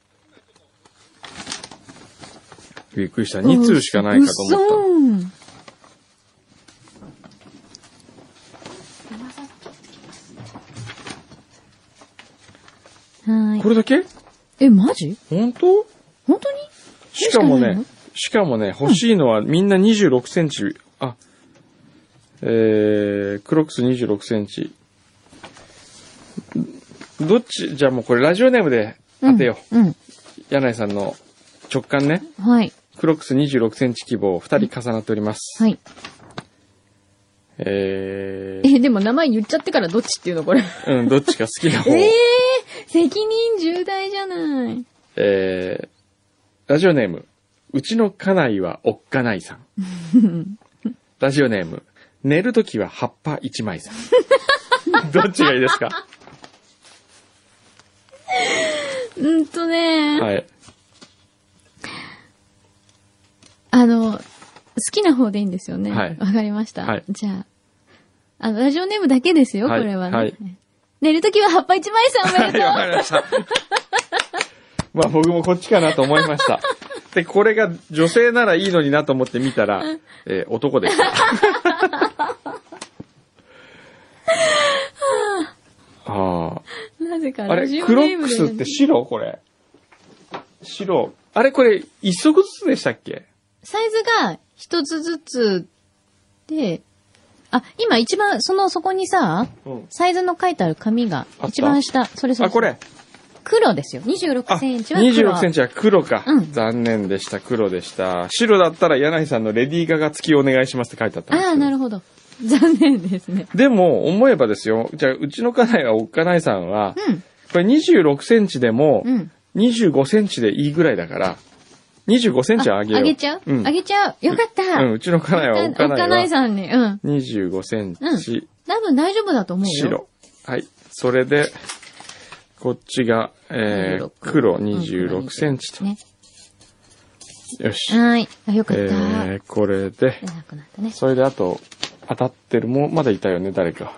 Speaker 1: びっくりした。2通しかないかと思った。
Speaker 2: 思った。はーい
Speaker 1: こ。れだけ
Speaker 2: え、マジ
Speaker 1: 本当
Speaker 2: 本当に
Speaker 1: しかも
Speaker 2: これな
Speaker 1: ね
Speaker 2: いの、
Speaker 1: しかもね、欲しいのはみんな26センチ、あ、えー、クロックス26センチ。どっち、じゃあもうこれラジオネームで当てよう。
Speaker 2: うん。
Speaker 1: 柳井さんの直感ね、
Speaker 2: うん。はい。
Speaker 1: クロックス26センチ規模2人重なっております。
Speaker 2: はい。
Speaker 1: えー、
Speaker 2: え、でも名前言っちゃってからどっちっていうのこれ。
Speaker 1: うん、どっちか好きな
Speaker 2: え
Speaker 1: 方。
Speaker 2: ー
Speaker 1: え、
Speaker 2: 責任重大じゃない。
Speaker 1: ー、ラジオネーム、うちの家内はおっかないさん。 ラジオネーム、寝るときは葉っぱ1枚さん。 どっちがいい ですか
Speaker 2: うんとね、
Speaker 1: はい。
Speaker 2: あの、好きな方でいいんですよね。
Speaker 1: はい
Speaker 2: わかりました。
Speaker 1: はい
Speaker 2: じゃあ、あの、ラジオネームだけですよ、
Speaker 1: はい
Speaker 2: これはね。
Speaker 1: はい
Speaker 2: 寝るときは葉っぱ一枚さんおめ でとう。
Speaker 1: わかりま した。まあ僕もこっちかなと思いま した。で、これが女性ならいいのになと思って見たら、えー男で した。あ
Speaker 2: なぜか
Speaker 1: あ。あ
Speaker 2: ラ
Speaker 1: れ
Speaker 2: ジ、オ
Speaker 1: クロ
Speaker 2: ネ
Speaker 1: ッ
Speaker 2: ーム
Speaker 1: ク
Speaker 2: で
Speaker 1: スって白これ。白。あれこれ、一足ずつでしたっけ
Speaker 2: サイズが一つずつで、あ、今一番、その、そこにさ、
Speaker 1: うん。
Speaker 2: サイズの書いてある紙が
Speaker 1: あった、
Speaker 2: 一番下、それそれ。
Speaker 1: あ、これ。
Speaker 2: 黒ですよ。
Speaker 1: あ、
Speaker 2: 26センチは黒。
Speaker 1: 26センチは黒か。
Speaker 2: うん
Speaker 1: 残念でした。黒でした。白だったら柳井さんのレディーガガ付きお願いしますって書いてあったんですけ
Speaker 2: ああ、なるほど。残念ですね。
Speaker 1: でも、思えばですよ。じゃあ、うちの家内はおっかないさんは、
Speaker 2: うん。
Speaker 1: これ26センチでも
Speaker 2: う、ん。
Speaker 1: 25センチでいいぐらいだから、25センチはあげよう。
Speaker 2: ちゃう、
Speaker 1: うん
Speaker 2: あげちゃう。よかった。
Speaker 1: うん、うちの家内はおっか
Speaker 2: おっか
Speaker 1: な
Speaker 2: ないい
Speaker 1: は、
Speaker 2: さんに。うん。
Speaker 1: 25センチ、
Speaker 2: 多分大丈夫だと思うよ。。
Speaker 1: 白。はい。それで、こっちが、えー、黒26センチと。
Speaker 2: ね。
Speaker 1: よし。
Speaker 2: はーい。あ、よか
Speaker 1: え
Speaker 2: った。
Speaker 1: ー、これで、
Speaker 2: 出なくなったね。
Speaker 1: それであと、当たってるもん、まだいたよね、誰か。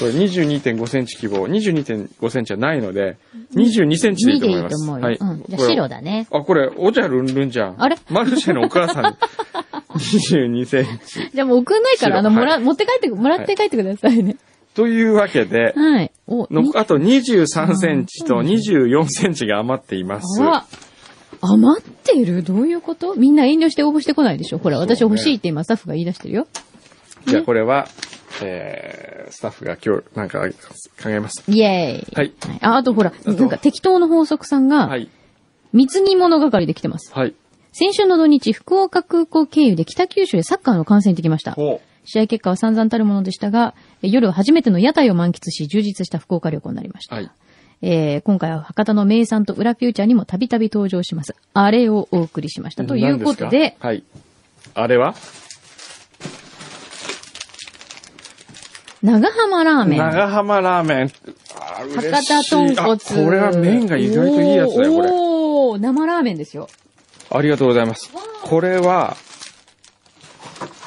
Speaker 1: これ22.5センチ希望。22.5センチはないので、22センチでいい
Speaker 2: 2
Speaker 1: と
Speaker 2: で
Speaker 1: 思い
Speaker 2: いい
Speaker 1: ま
Speaker 2: と
Speaker 1: す。
Speaker 2: 思うよ。
Speaker 1: はい。
Speaker 2: うん。じゃあ
Speaker 1: これ
Speaker 2: 白だね。
Speaker 1: あ、これ、おじゃるんるんじゃん。
Speaker 2: あれ
Speaker 1: マルシェのお母さん。22センチ。
Speaker 2: じゃあもう送んないから、
Speaker 1: 白
Speaker 2: あの、もら、
Speaker 1: は
Speaker 2: 持って帰って、もらって帰ってくださいね。
Speaker 1: というわけで、
Speaker 2: はい。お、
Speaker 1: の
Speaker 2: に
Speaker 1: あと23センチと24センチが余っています。
Speaker 2: あ余ってるどういうことみんな遠慮して応募してこないでしょほら、私
Speaker 1: そうね
Speaker 2: 欲しいって今スタッフが言い出してるよ。
Speaker 1: じゃあこれは、えー、スタッフが今日なんか考えます。
Speaker 2: イエーイ。
Speaker 1: はい。
Speaker 2: はい。あ、あとほら、
Speaker 1: と
Speaker 2: なんか適当の法則さん
Speaker 1: は
Speaker 2: が、
Speaker 1: い。
Speaker 2: 貢ぎ物係で来てます。
Speaker 1: はい。
Speaker 2: 先週の土日、福岡空港経由で北九州へサッカーの観戦に行ってきました。
Speaker 1: ほ
Speaker 2: 試合結果は散々たるものでしたが、え夜は初めての屋台を満喫し、充実した福岡旅行になりまし
Speaker 1: う。
Speaker 2: た。
Speaker 1: はい。
Speaker 2: えー今回は博多の名産と裏フューチャーにもたびたび登場します。あれをお送りしました。ということ
Speaker 1: 何
Speaker 2: で、
Speaker 1: すかはい。あれは
Speaker 2: 長浜ラーメン。
Speaker 1: 長浜ラーメン。あー
Speaker 2: 博多豚
Speaker 1: 嬉しいあ
Speaker 2: 骨。
Speaker 1: これは麺が意外といいやつだよ、これ。
Speaker 2: おー、生ラーメンですよ。
Speaker 1: ありがとうございます。これは、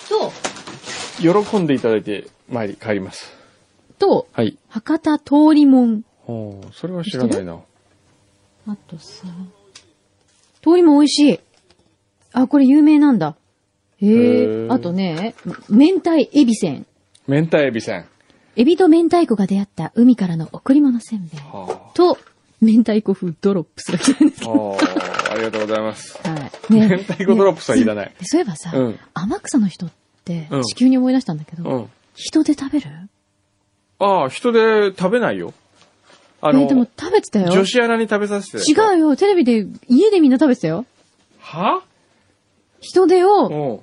Speaker 2: と、
Speaker 1: 喜んでいただいて、参り、帰ります。
Speaker 2: と、
Speaker 1: はい。
Speaker 2: 博多通りもん。
Speaker 1: ほう、それは知らないな。
Speaker 2: あとさ、通りも美味しい。あ、これ有名なんだ。へえ
Speaker 1: へ。ー
Speaker 2: あとね、明太エビせん。
Speaker 1: 明太エビせん。
Speaker 2: エビと明太子が出会った海からの贈り物せんべい。
Speaker 1: は
Speaker 2: と、明太子風ドロップスが来たんです
Speaker 1: あ。はあ、ありがとうござい ます。
Speaker 2: けど。はい。
Speaker 1: 明太子ドロップスはいら
Speaker 2: ね
Speaker 1: ない。
Speaker 2: そういえばさ
Speaker 1: うん、
Speaker 2: 天草の人って
Speaker 1: うん
Speaker 2: 地球に思い出したんだけ
Speaker 1: う
Speaker 2: ど、
Speaker 1: ん。
Speaker 2: 人で食べる
Speaker 1: ああ、人で食べないよ。あ
Speaker 2: ね
Speaker 1: の
Speaker 2: で、も食べてたよ。
Speaker 1: 女子アナに食べさせて。
Speaker 2: 違うよ。テレビで、家でみんな食べてたよ。
Speaker 1: は
Speaker 2: 人手
Speaker 1: う
Speaker 2: を
Speaker 1: ん。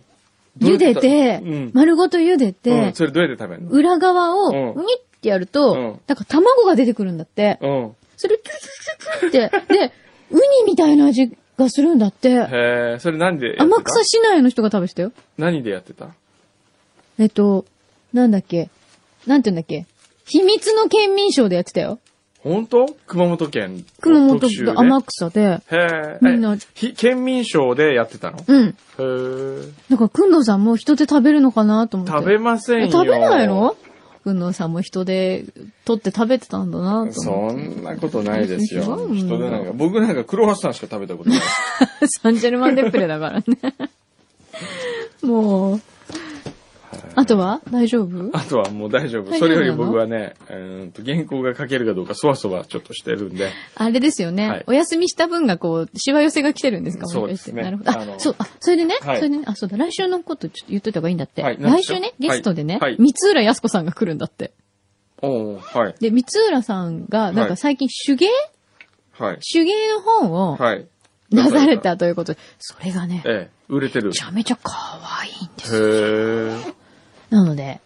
Speaker 2: 茹でて
Speaker 1: うん、。
Speaker 2: 丸ごと茹で
Speaker 1: うん
Speaker 2: て、
Speaker 1: それどうやって食べるの
Speaker 2: 裏側を、
Speaker 1: うん
Speaker 2: うにってやる
Speaker 1: う
Speaker 2: と
Speaker 1: ん、
Speaker 2: なんか卵が出てくるんだって。
Speaker 1: うん。
Speaker 2: それ、キュキュキュキュって。で、ウニみたいな味がするんだって。
Speaker 1: へえ、それ何でやってた
Speaker 2: 天草市内の人が食べてたよ。
Speaker 1: 何でやってた
Speaker 2: えっと、なんだっけ。なんて言うんだっけ。秘密の県民賞でやってたよ。
Speaker 1: ほ本当熊本県。
Speaker 2: 熊本
Speaker 1: 特集で
Speaker 2: が天草で、
Speaker 1: へえ。
Speaker 2: みんな
Speaker 1: えひ県民賞でやってたのへ
Speaker 2: うん。
Speaker 1: え。
Speaker 2: だから、くんのさんも人手食べるのかなと思って。
Speaker 1: 食べませんよ。
Speaker 2: え食べないのくんのさんも人手取って食べてたんだなと思っ
Speaker 1: そんなことないですよ。
Speaker 2: そう
Speaker 1: 人でなんか、僕なんかクロワッサンしか食べた ことない。
Speaker 2: て。サンジェルマンデプレだからね。もう。あとは大丈夫
Speaker 1: あとはもう大丈夫。
Speaker 2: 大丈
Speaker 1: そ
Speaker 2: 夫なの
Speaker 1: れより僕はね、うーんと原稿が書けるかどうかそわそわちょっとしてるんで。
Speaker 2: あれですよね。
Speaker 1: はい
Speaker 2: お休みした分がこう、しわ寄せが来てるんですか
Speaker 1: そうですね
Speaker 2: なるほ
Speaker 1: あ
Speaker 2: ど。あ、
Speaker 1: の
Speaker 2: そう、あ、それでね、
Speaker 1: はい
Speaker 2: それでね、あ、そうだ、来週のことちょっと言っといた方がいいんだって。
Speaker 1: はい何で
Speaker 2: 来
Speaker 1: すか
Speaker 2: 週ね、ゲストでね、
Speaker 1: はいはい
Speaker 2: 三浦康子さんが来るんだって。
Speaker 1: おおはい。
Speaker 2: で、三浦さんが、なん
Speaker 1: は
Speaker 2: か
Speaker 1: い
Speaker 2: 最近手芸、
Speaker 1: はい。
Speaker 2: 手芸の本を
Speaker 1: はい。
Speaker 2: 出されたということで、それがね、め
Speaker 1: ええ、売れてる。
Speaker 2: ちゃめちゃ可愛いんです。
Speaker 1: へえ。
Speaker 2: なので、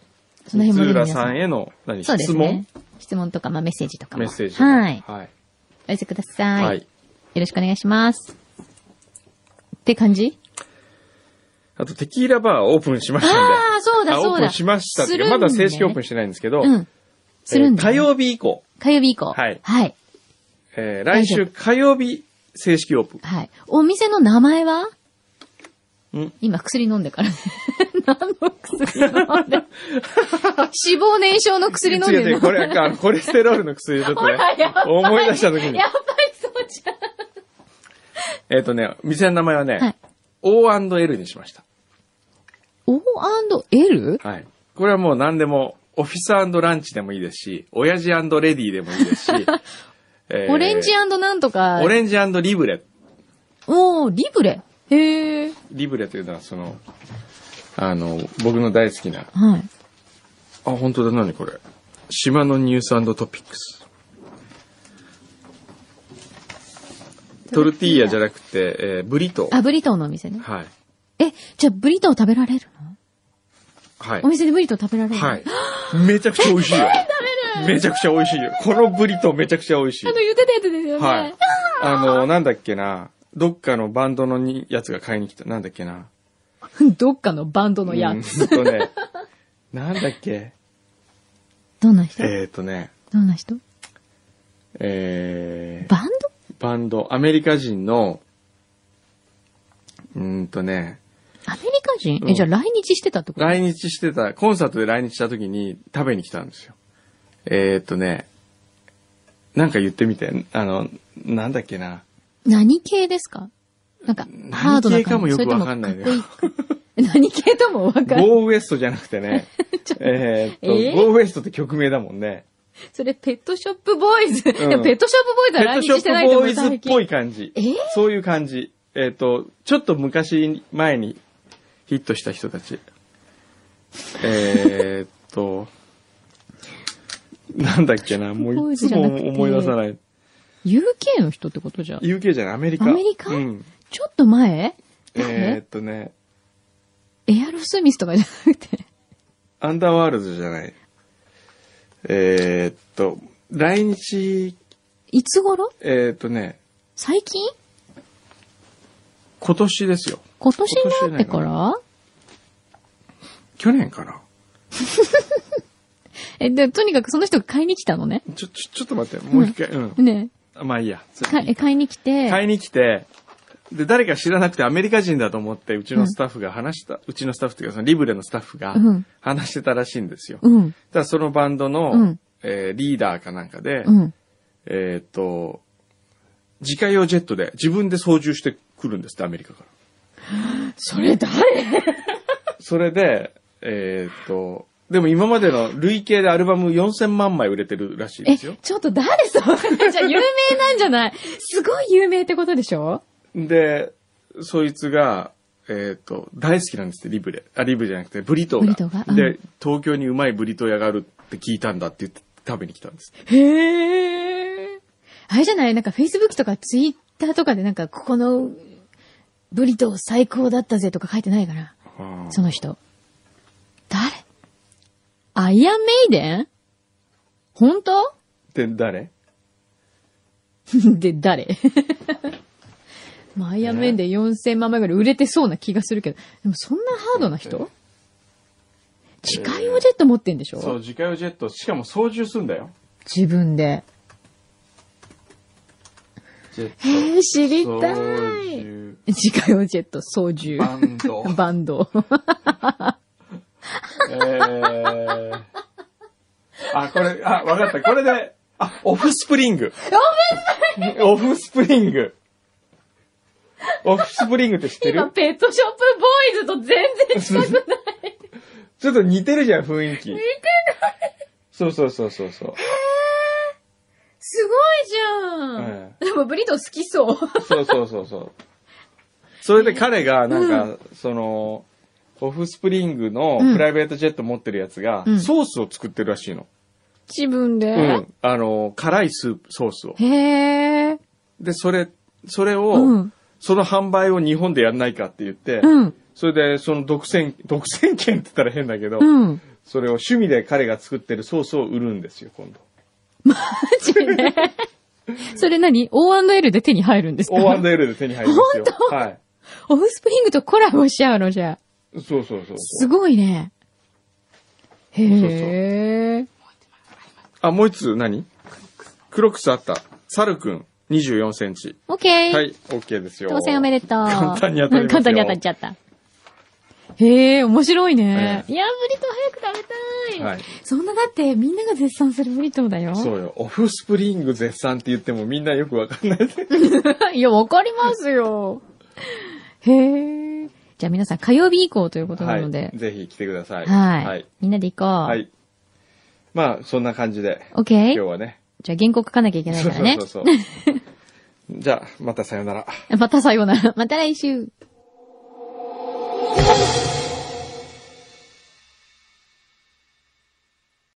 Speaker 2: その
Speaker 1: 三
Speaker 2: 辺も
Speaker 1: 浦
Speaker 2: 皆
Speaker 1: さんへの、何、
Speaker 2: そうで
Speaker 1: 質
Speaker 2: す
Speaker 1: 問
Speaker 2: ね。質問とか、まあ、メッセージとかも。
Speaker 1: メッセージ。
Speaker 2: はい。
Speaker 1: はい。
Speaker 2: お寄せください。
Speaker 1: は
Speaker 2: よ
Speaker 1: い。
Speaker 2: ろしくお願いします。って感じ
Speaker 1: あと、テキーラバーオープンしましたんで。
Speaker 2: ああ、そうだ、
Speaker 1: あオ
Speaker 2: そう
Speaker 1: ープ
Speaker 2: だ。
Speaker 1: ンしましたって
Speaker 2: す
Speaker 1: いう
Speaker 2: るん
Speaker 1: か
Speaker 2: だ
Speaker 1: ま
Speaker 2: ね
Speaker 1: だ正式オープンしてないんですけど、
Speaker 2: うん。するん
Speaker 1: えー
Speaker 2: だ
Speaker 1: 火
Speaker 2: ね。
Speaker 1: 曜日以降、
Speaker 2: 火曜日以降。
Speaker 1: はい
Speaker 2: はい。
Speaker 1: えー来週火曜日正式オープン。
Speaker 2: はい。お店の名前は
Speaker 1: ん
Speaker 2: 今薬飲んでから ね。何の薬 飲んで脂肪燃焼の薬飲んで
Speaker 1: 違う違
Speaker 2: る
Speaker 1: うこ
Speaker 2: の。
Speaker 1: れ、 あのコレステロールの薬をちょっと
Speaker 2: ほ
Speaker 1: ね
Speaker 2: ら、やばい、
Speaker 1: 思い出した時に
Speaker 2: や、ばい、そうじゃん。
Speaker 1: えっ、とね、店の名前はね、
Speaker 2: はい
Speaker 1: O&L にしました。
Speaker 2: O&L?
Speaker 1: はい。これはもう何でも、オフィスランチでもいいですし、親父レディでもいいです し、えー
Speaker 2: オレンジなんとか。
Speaker 1: オレンジリブレ。
Speaker 2: おー、リブレ。へー。
Speaker 1: リブレというのはその、あの、僕の大好きな、
Speaker 2: はい。
Speaker 1: あ、本当だ、何これ。島のニューストピックス。トルティーヤじゃなくて、えーブリトー。
Speaker 2: あ、ブリトーのお店ね。
Speaker 1: はい。
Speaker 2: え、じゃあブリトー食べられるの
Speaker 1: はい
Speaker 2: お。店でブリトー食べられるの
Speaker 1: はい。めちゃくちゃ美味しい よ。めちゃくちゃ美味しいよ。このブリトーめちゃくちゃ美味しい
Speaker 2: あの、。言ってたやつですよね。
Speaker 1: はい。あの、なんだっけな。どっかのバンドのにやつが買いに来た。なんだっけな。
Speaker 2: どっかのバンドのや
Speaker 1: う
Speaker 2: つ。
Speaker 1: ーんとね。なんだっけ。
Speaker 2: どんな人
Speaker 1: えっ、ー、とね。
Speaker 2: どんな人
Speaker 1: えー、
Speaker 2: バンド
Speaker 1: バンド、アメリカ人の、うーんとね、
Speaker 2: アメリカ人
Speaker 1: うん
Speaker 2: え、じゃあ来日してたってこと
Speaker 1: 来日してた、コンサートで来日した時に食べに来たんですよ。えっ、ー、とね、なんか言ってみて、あの、なんだっけな。
Speaker 2: 何系ですかなんか、ハードな
Speaker 1: 何系かも
Speaker 2: 感
Speaker 1: よ
Speaker 2: じ。そ
Speaker 1: く
Speaker 2: れとも
Speaker 1: わかんないね
Speaker 2: かっこいい 何系ともわかんない。
Speaker 1: ゴーウエストじゃなくて ね、えーっと、
Speaker 2: えー
Speaker 1: ゴーウエストって曲名だもんね。
Speaker 2: それペットショップボーイズ。いやペットショップボーイズ
Speaker 1: ペッ
Speaker 2: は来
Speaker 1: ト
Speaker 2: 日
Speaker 1: ショ
Speaker 2: し
Speaker 1: ッ
Speaker 2: てない
Speaker 1: プボ
Speaker 2: と思
Speaker 1: ー
Speaker 2: う
Speaker 1: イズっぽい感じ。
Speaker 2: えー
Speaker 1: そういう感じ。えーっと、ちょっと昔前にヒットした人たち。えーっと、 なんだっけな、もういつも思い出さない。
Speaker 2: UK の人ってことじゃん。
Speaker 1: UK じゃない、アメリカ。
Speaker 2: アメリカ
Speaker 1: うん。
Speaker 2: ちょっと前
Speaker 1: えーっ
Speaker 2: 誰
Speaker 1: とね、
Speaker 2: エアロスミスとかじゃなくて。
Speaker 1: アンダーワールドじゃない。えーっと、来日、
Speaker 2: いつ頃
Speaker 1: えーっとね、
Speaker 2: 最近
Speaker 1: 今年ですよ。
Speaker 2: 今年になってから
Speaker 1: 去年かな
Speaker 2: え、で、とにかくその人が買いに来たのね。
Speaker 1: ちょ、ちょ、ちょっと待って、もう一回、うん。
Speaker 2: ね。
Speaker 1: まあいいや。
Speaker 2: かえ買いに来て。
Speaker 1: 買いに来て、で、誰か知らなくてアメリカ人だと思って、うちのスタッフが話した、うちのスタッフっていうか、そのリブレのスタッフが
Speaker 2: うん
Speaker 1: 話してたらしいんですよ。
Speaker 2: うん。
Speaker 1: ただそのバンドの、
Speaker 2: うん
Speaker 1: えーリーダーかなんかで、
Speaker 2: うん。
Speaker 1: えーっと、自家用ジェットで自分で操縦してくるんですって、アメリカから。
Speaker 2: それ誰
Speaker 1: それで、えーっと、でも今までの累計でアルバム4000万枚売れてるらしいで
Speaker 2: え、
Speaker 1: す
Speaker 2: ち
Speaker 1: よ。
Speaker 2: ょっと誰それじゃあ有名なんじゃないすごい有名ってことでしょ
Speaker 1: で、そいつが、えーっと、大好きなんですって、リブレ。あ、リブレじゃなくて、ブリトーが。
Speaker 2: ブリトーがうん
Speaker 1: で、東京にうまいブリトー屋があるって聞いたんだって言って食べに来たんです。
Speaker 2: へえ。あれじゃないなんか Facebook とか Twitter とかでなんかここのブリトー最高だったぜとか書いてないかな
Speaker 1: あ
Speaker 2: その人。誰アイアンメイデン本当
Speaker 1: で、誰
Speaker 2: で、誰まあアイアンメイデン4000万枚ぐらい売れてそうな気がするけど、でもそんなハードな人自家用ジェット持ってんでしょ
Speaker 1: そう、自家用ジェット、しかも操縦するんだよ。
Speaker 2: 自分で。
Speaker 1: ジェット。
Speaker 2: えー、知りたい。
Speaker 1: い。
Speaker 2: 自家用ジェット操縦。
Speaker 1: バンド。
Speaker 2: バンド。
Speaker 1: えー。あ、これ、あ、わかった。これで、あ、オフスプリング。オフスプリングオフスプリングって知って
Speaker 2: 今、
Speaker 1: る
Speaker 2: ペットショップボーイズと全然違くない。
Speaker 1: ちょっと似てるじゃん、雰囲気。似てないそうそうそうそうそう。
Speaker 2: すごいじゃん。
Speaker 1: え
Speaker 2: でも、ブリトー好きそう。
Speaker 1: そうそうそうそう。それで彼が、なんか、その、オフスプリングの
Speaker 2: うん
Speaker 1: プライベートジェット持ってるやつが、
Speaker 2: うん
Speaker 1: ソースを作ってるらしいの。
Speaker 2: 自分で。
Speaker 1: うん。あの、辛いスープ、ソースを。
Speaker 2: へえ。
Speaker 1: で、それ、それを、
Speaker 2: うん。
Speaker 1: その販売を日本でやんないかって言って、
Speaker 2: うん。
Speaker 1: それで、その独占、独占権って言ったら変だけど、
Speaker 2: うん。
Speaker 1: それを趣味で彼が作ってるソースを売るんですよ、今度。
Speaker 2: マジで。それ何 ?O&L で手に入るんですか
Speaker 1: O&L で手に入りますよ。はい。
Speaker 2: オフスプリングとコラボしちゃうのじゃあ。
Speaker 1: そうそうそうそ
Speaker 2: す
Speaker 1: う。
Speaker 2: ごいね。へ
Speaker 1: そうそう
Speaker 2: え。
Speaker 1: あ、もう一つ何クロックスあった。サル君、24センチ。
Speaker 2: オッケー。
Speaker 1: はい、OK ですよ。
Speaker 2: 当選おめでとう。
Speaker 1: 簡単に当たりますよ
Speaker 2: 簡単に当たっちゃった。へえ、面白いね。
Speaker 1: ええ
Speaker 2: いや、ブリトー早く食べたい。
Speaker 1: はい
Speaker 2: そんなだって、みんなが絶賛するブリトーだよ。
Speaker 1: そうよ。オフスプリング絶賛って言ってもみんなよくわ かんない。
Speaker 2: いや、わかりますよ。へえ。じゃあ皆さん、火曜日以降ということなので。
Speaker 1: ぜひ来てください。
Speaker 2: はい。
Speaker 1: はい。
Speaker 2: みんなで行こう。
Speaker 1: はい。まあ、そんな感じで、
Speaker 2: オッケー
Speaker 1: 今日はね。
Speaker 2: じゃあ原稿書かなきゃいけない
Speaker 1: そ
Speaker 2: か
Speaker 1: う
Speaker 2: らね。
Speaker 1: そうそうそう。じゃあ、またさようなら。
Speaker 2: またさようなら。また来週。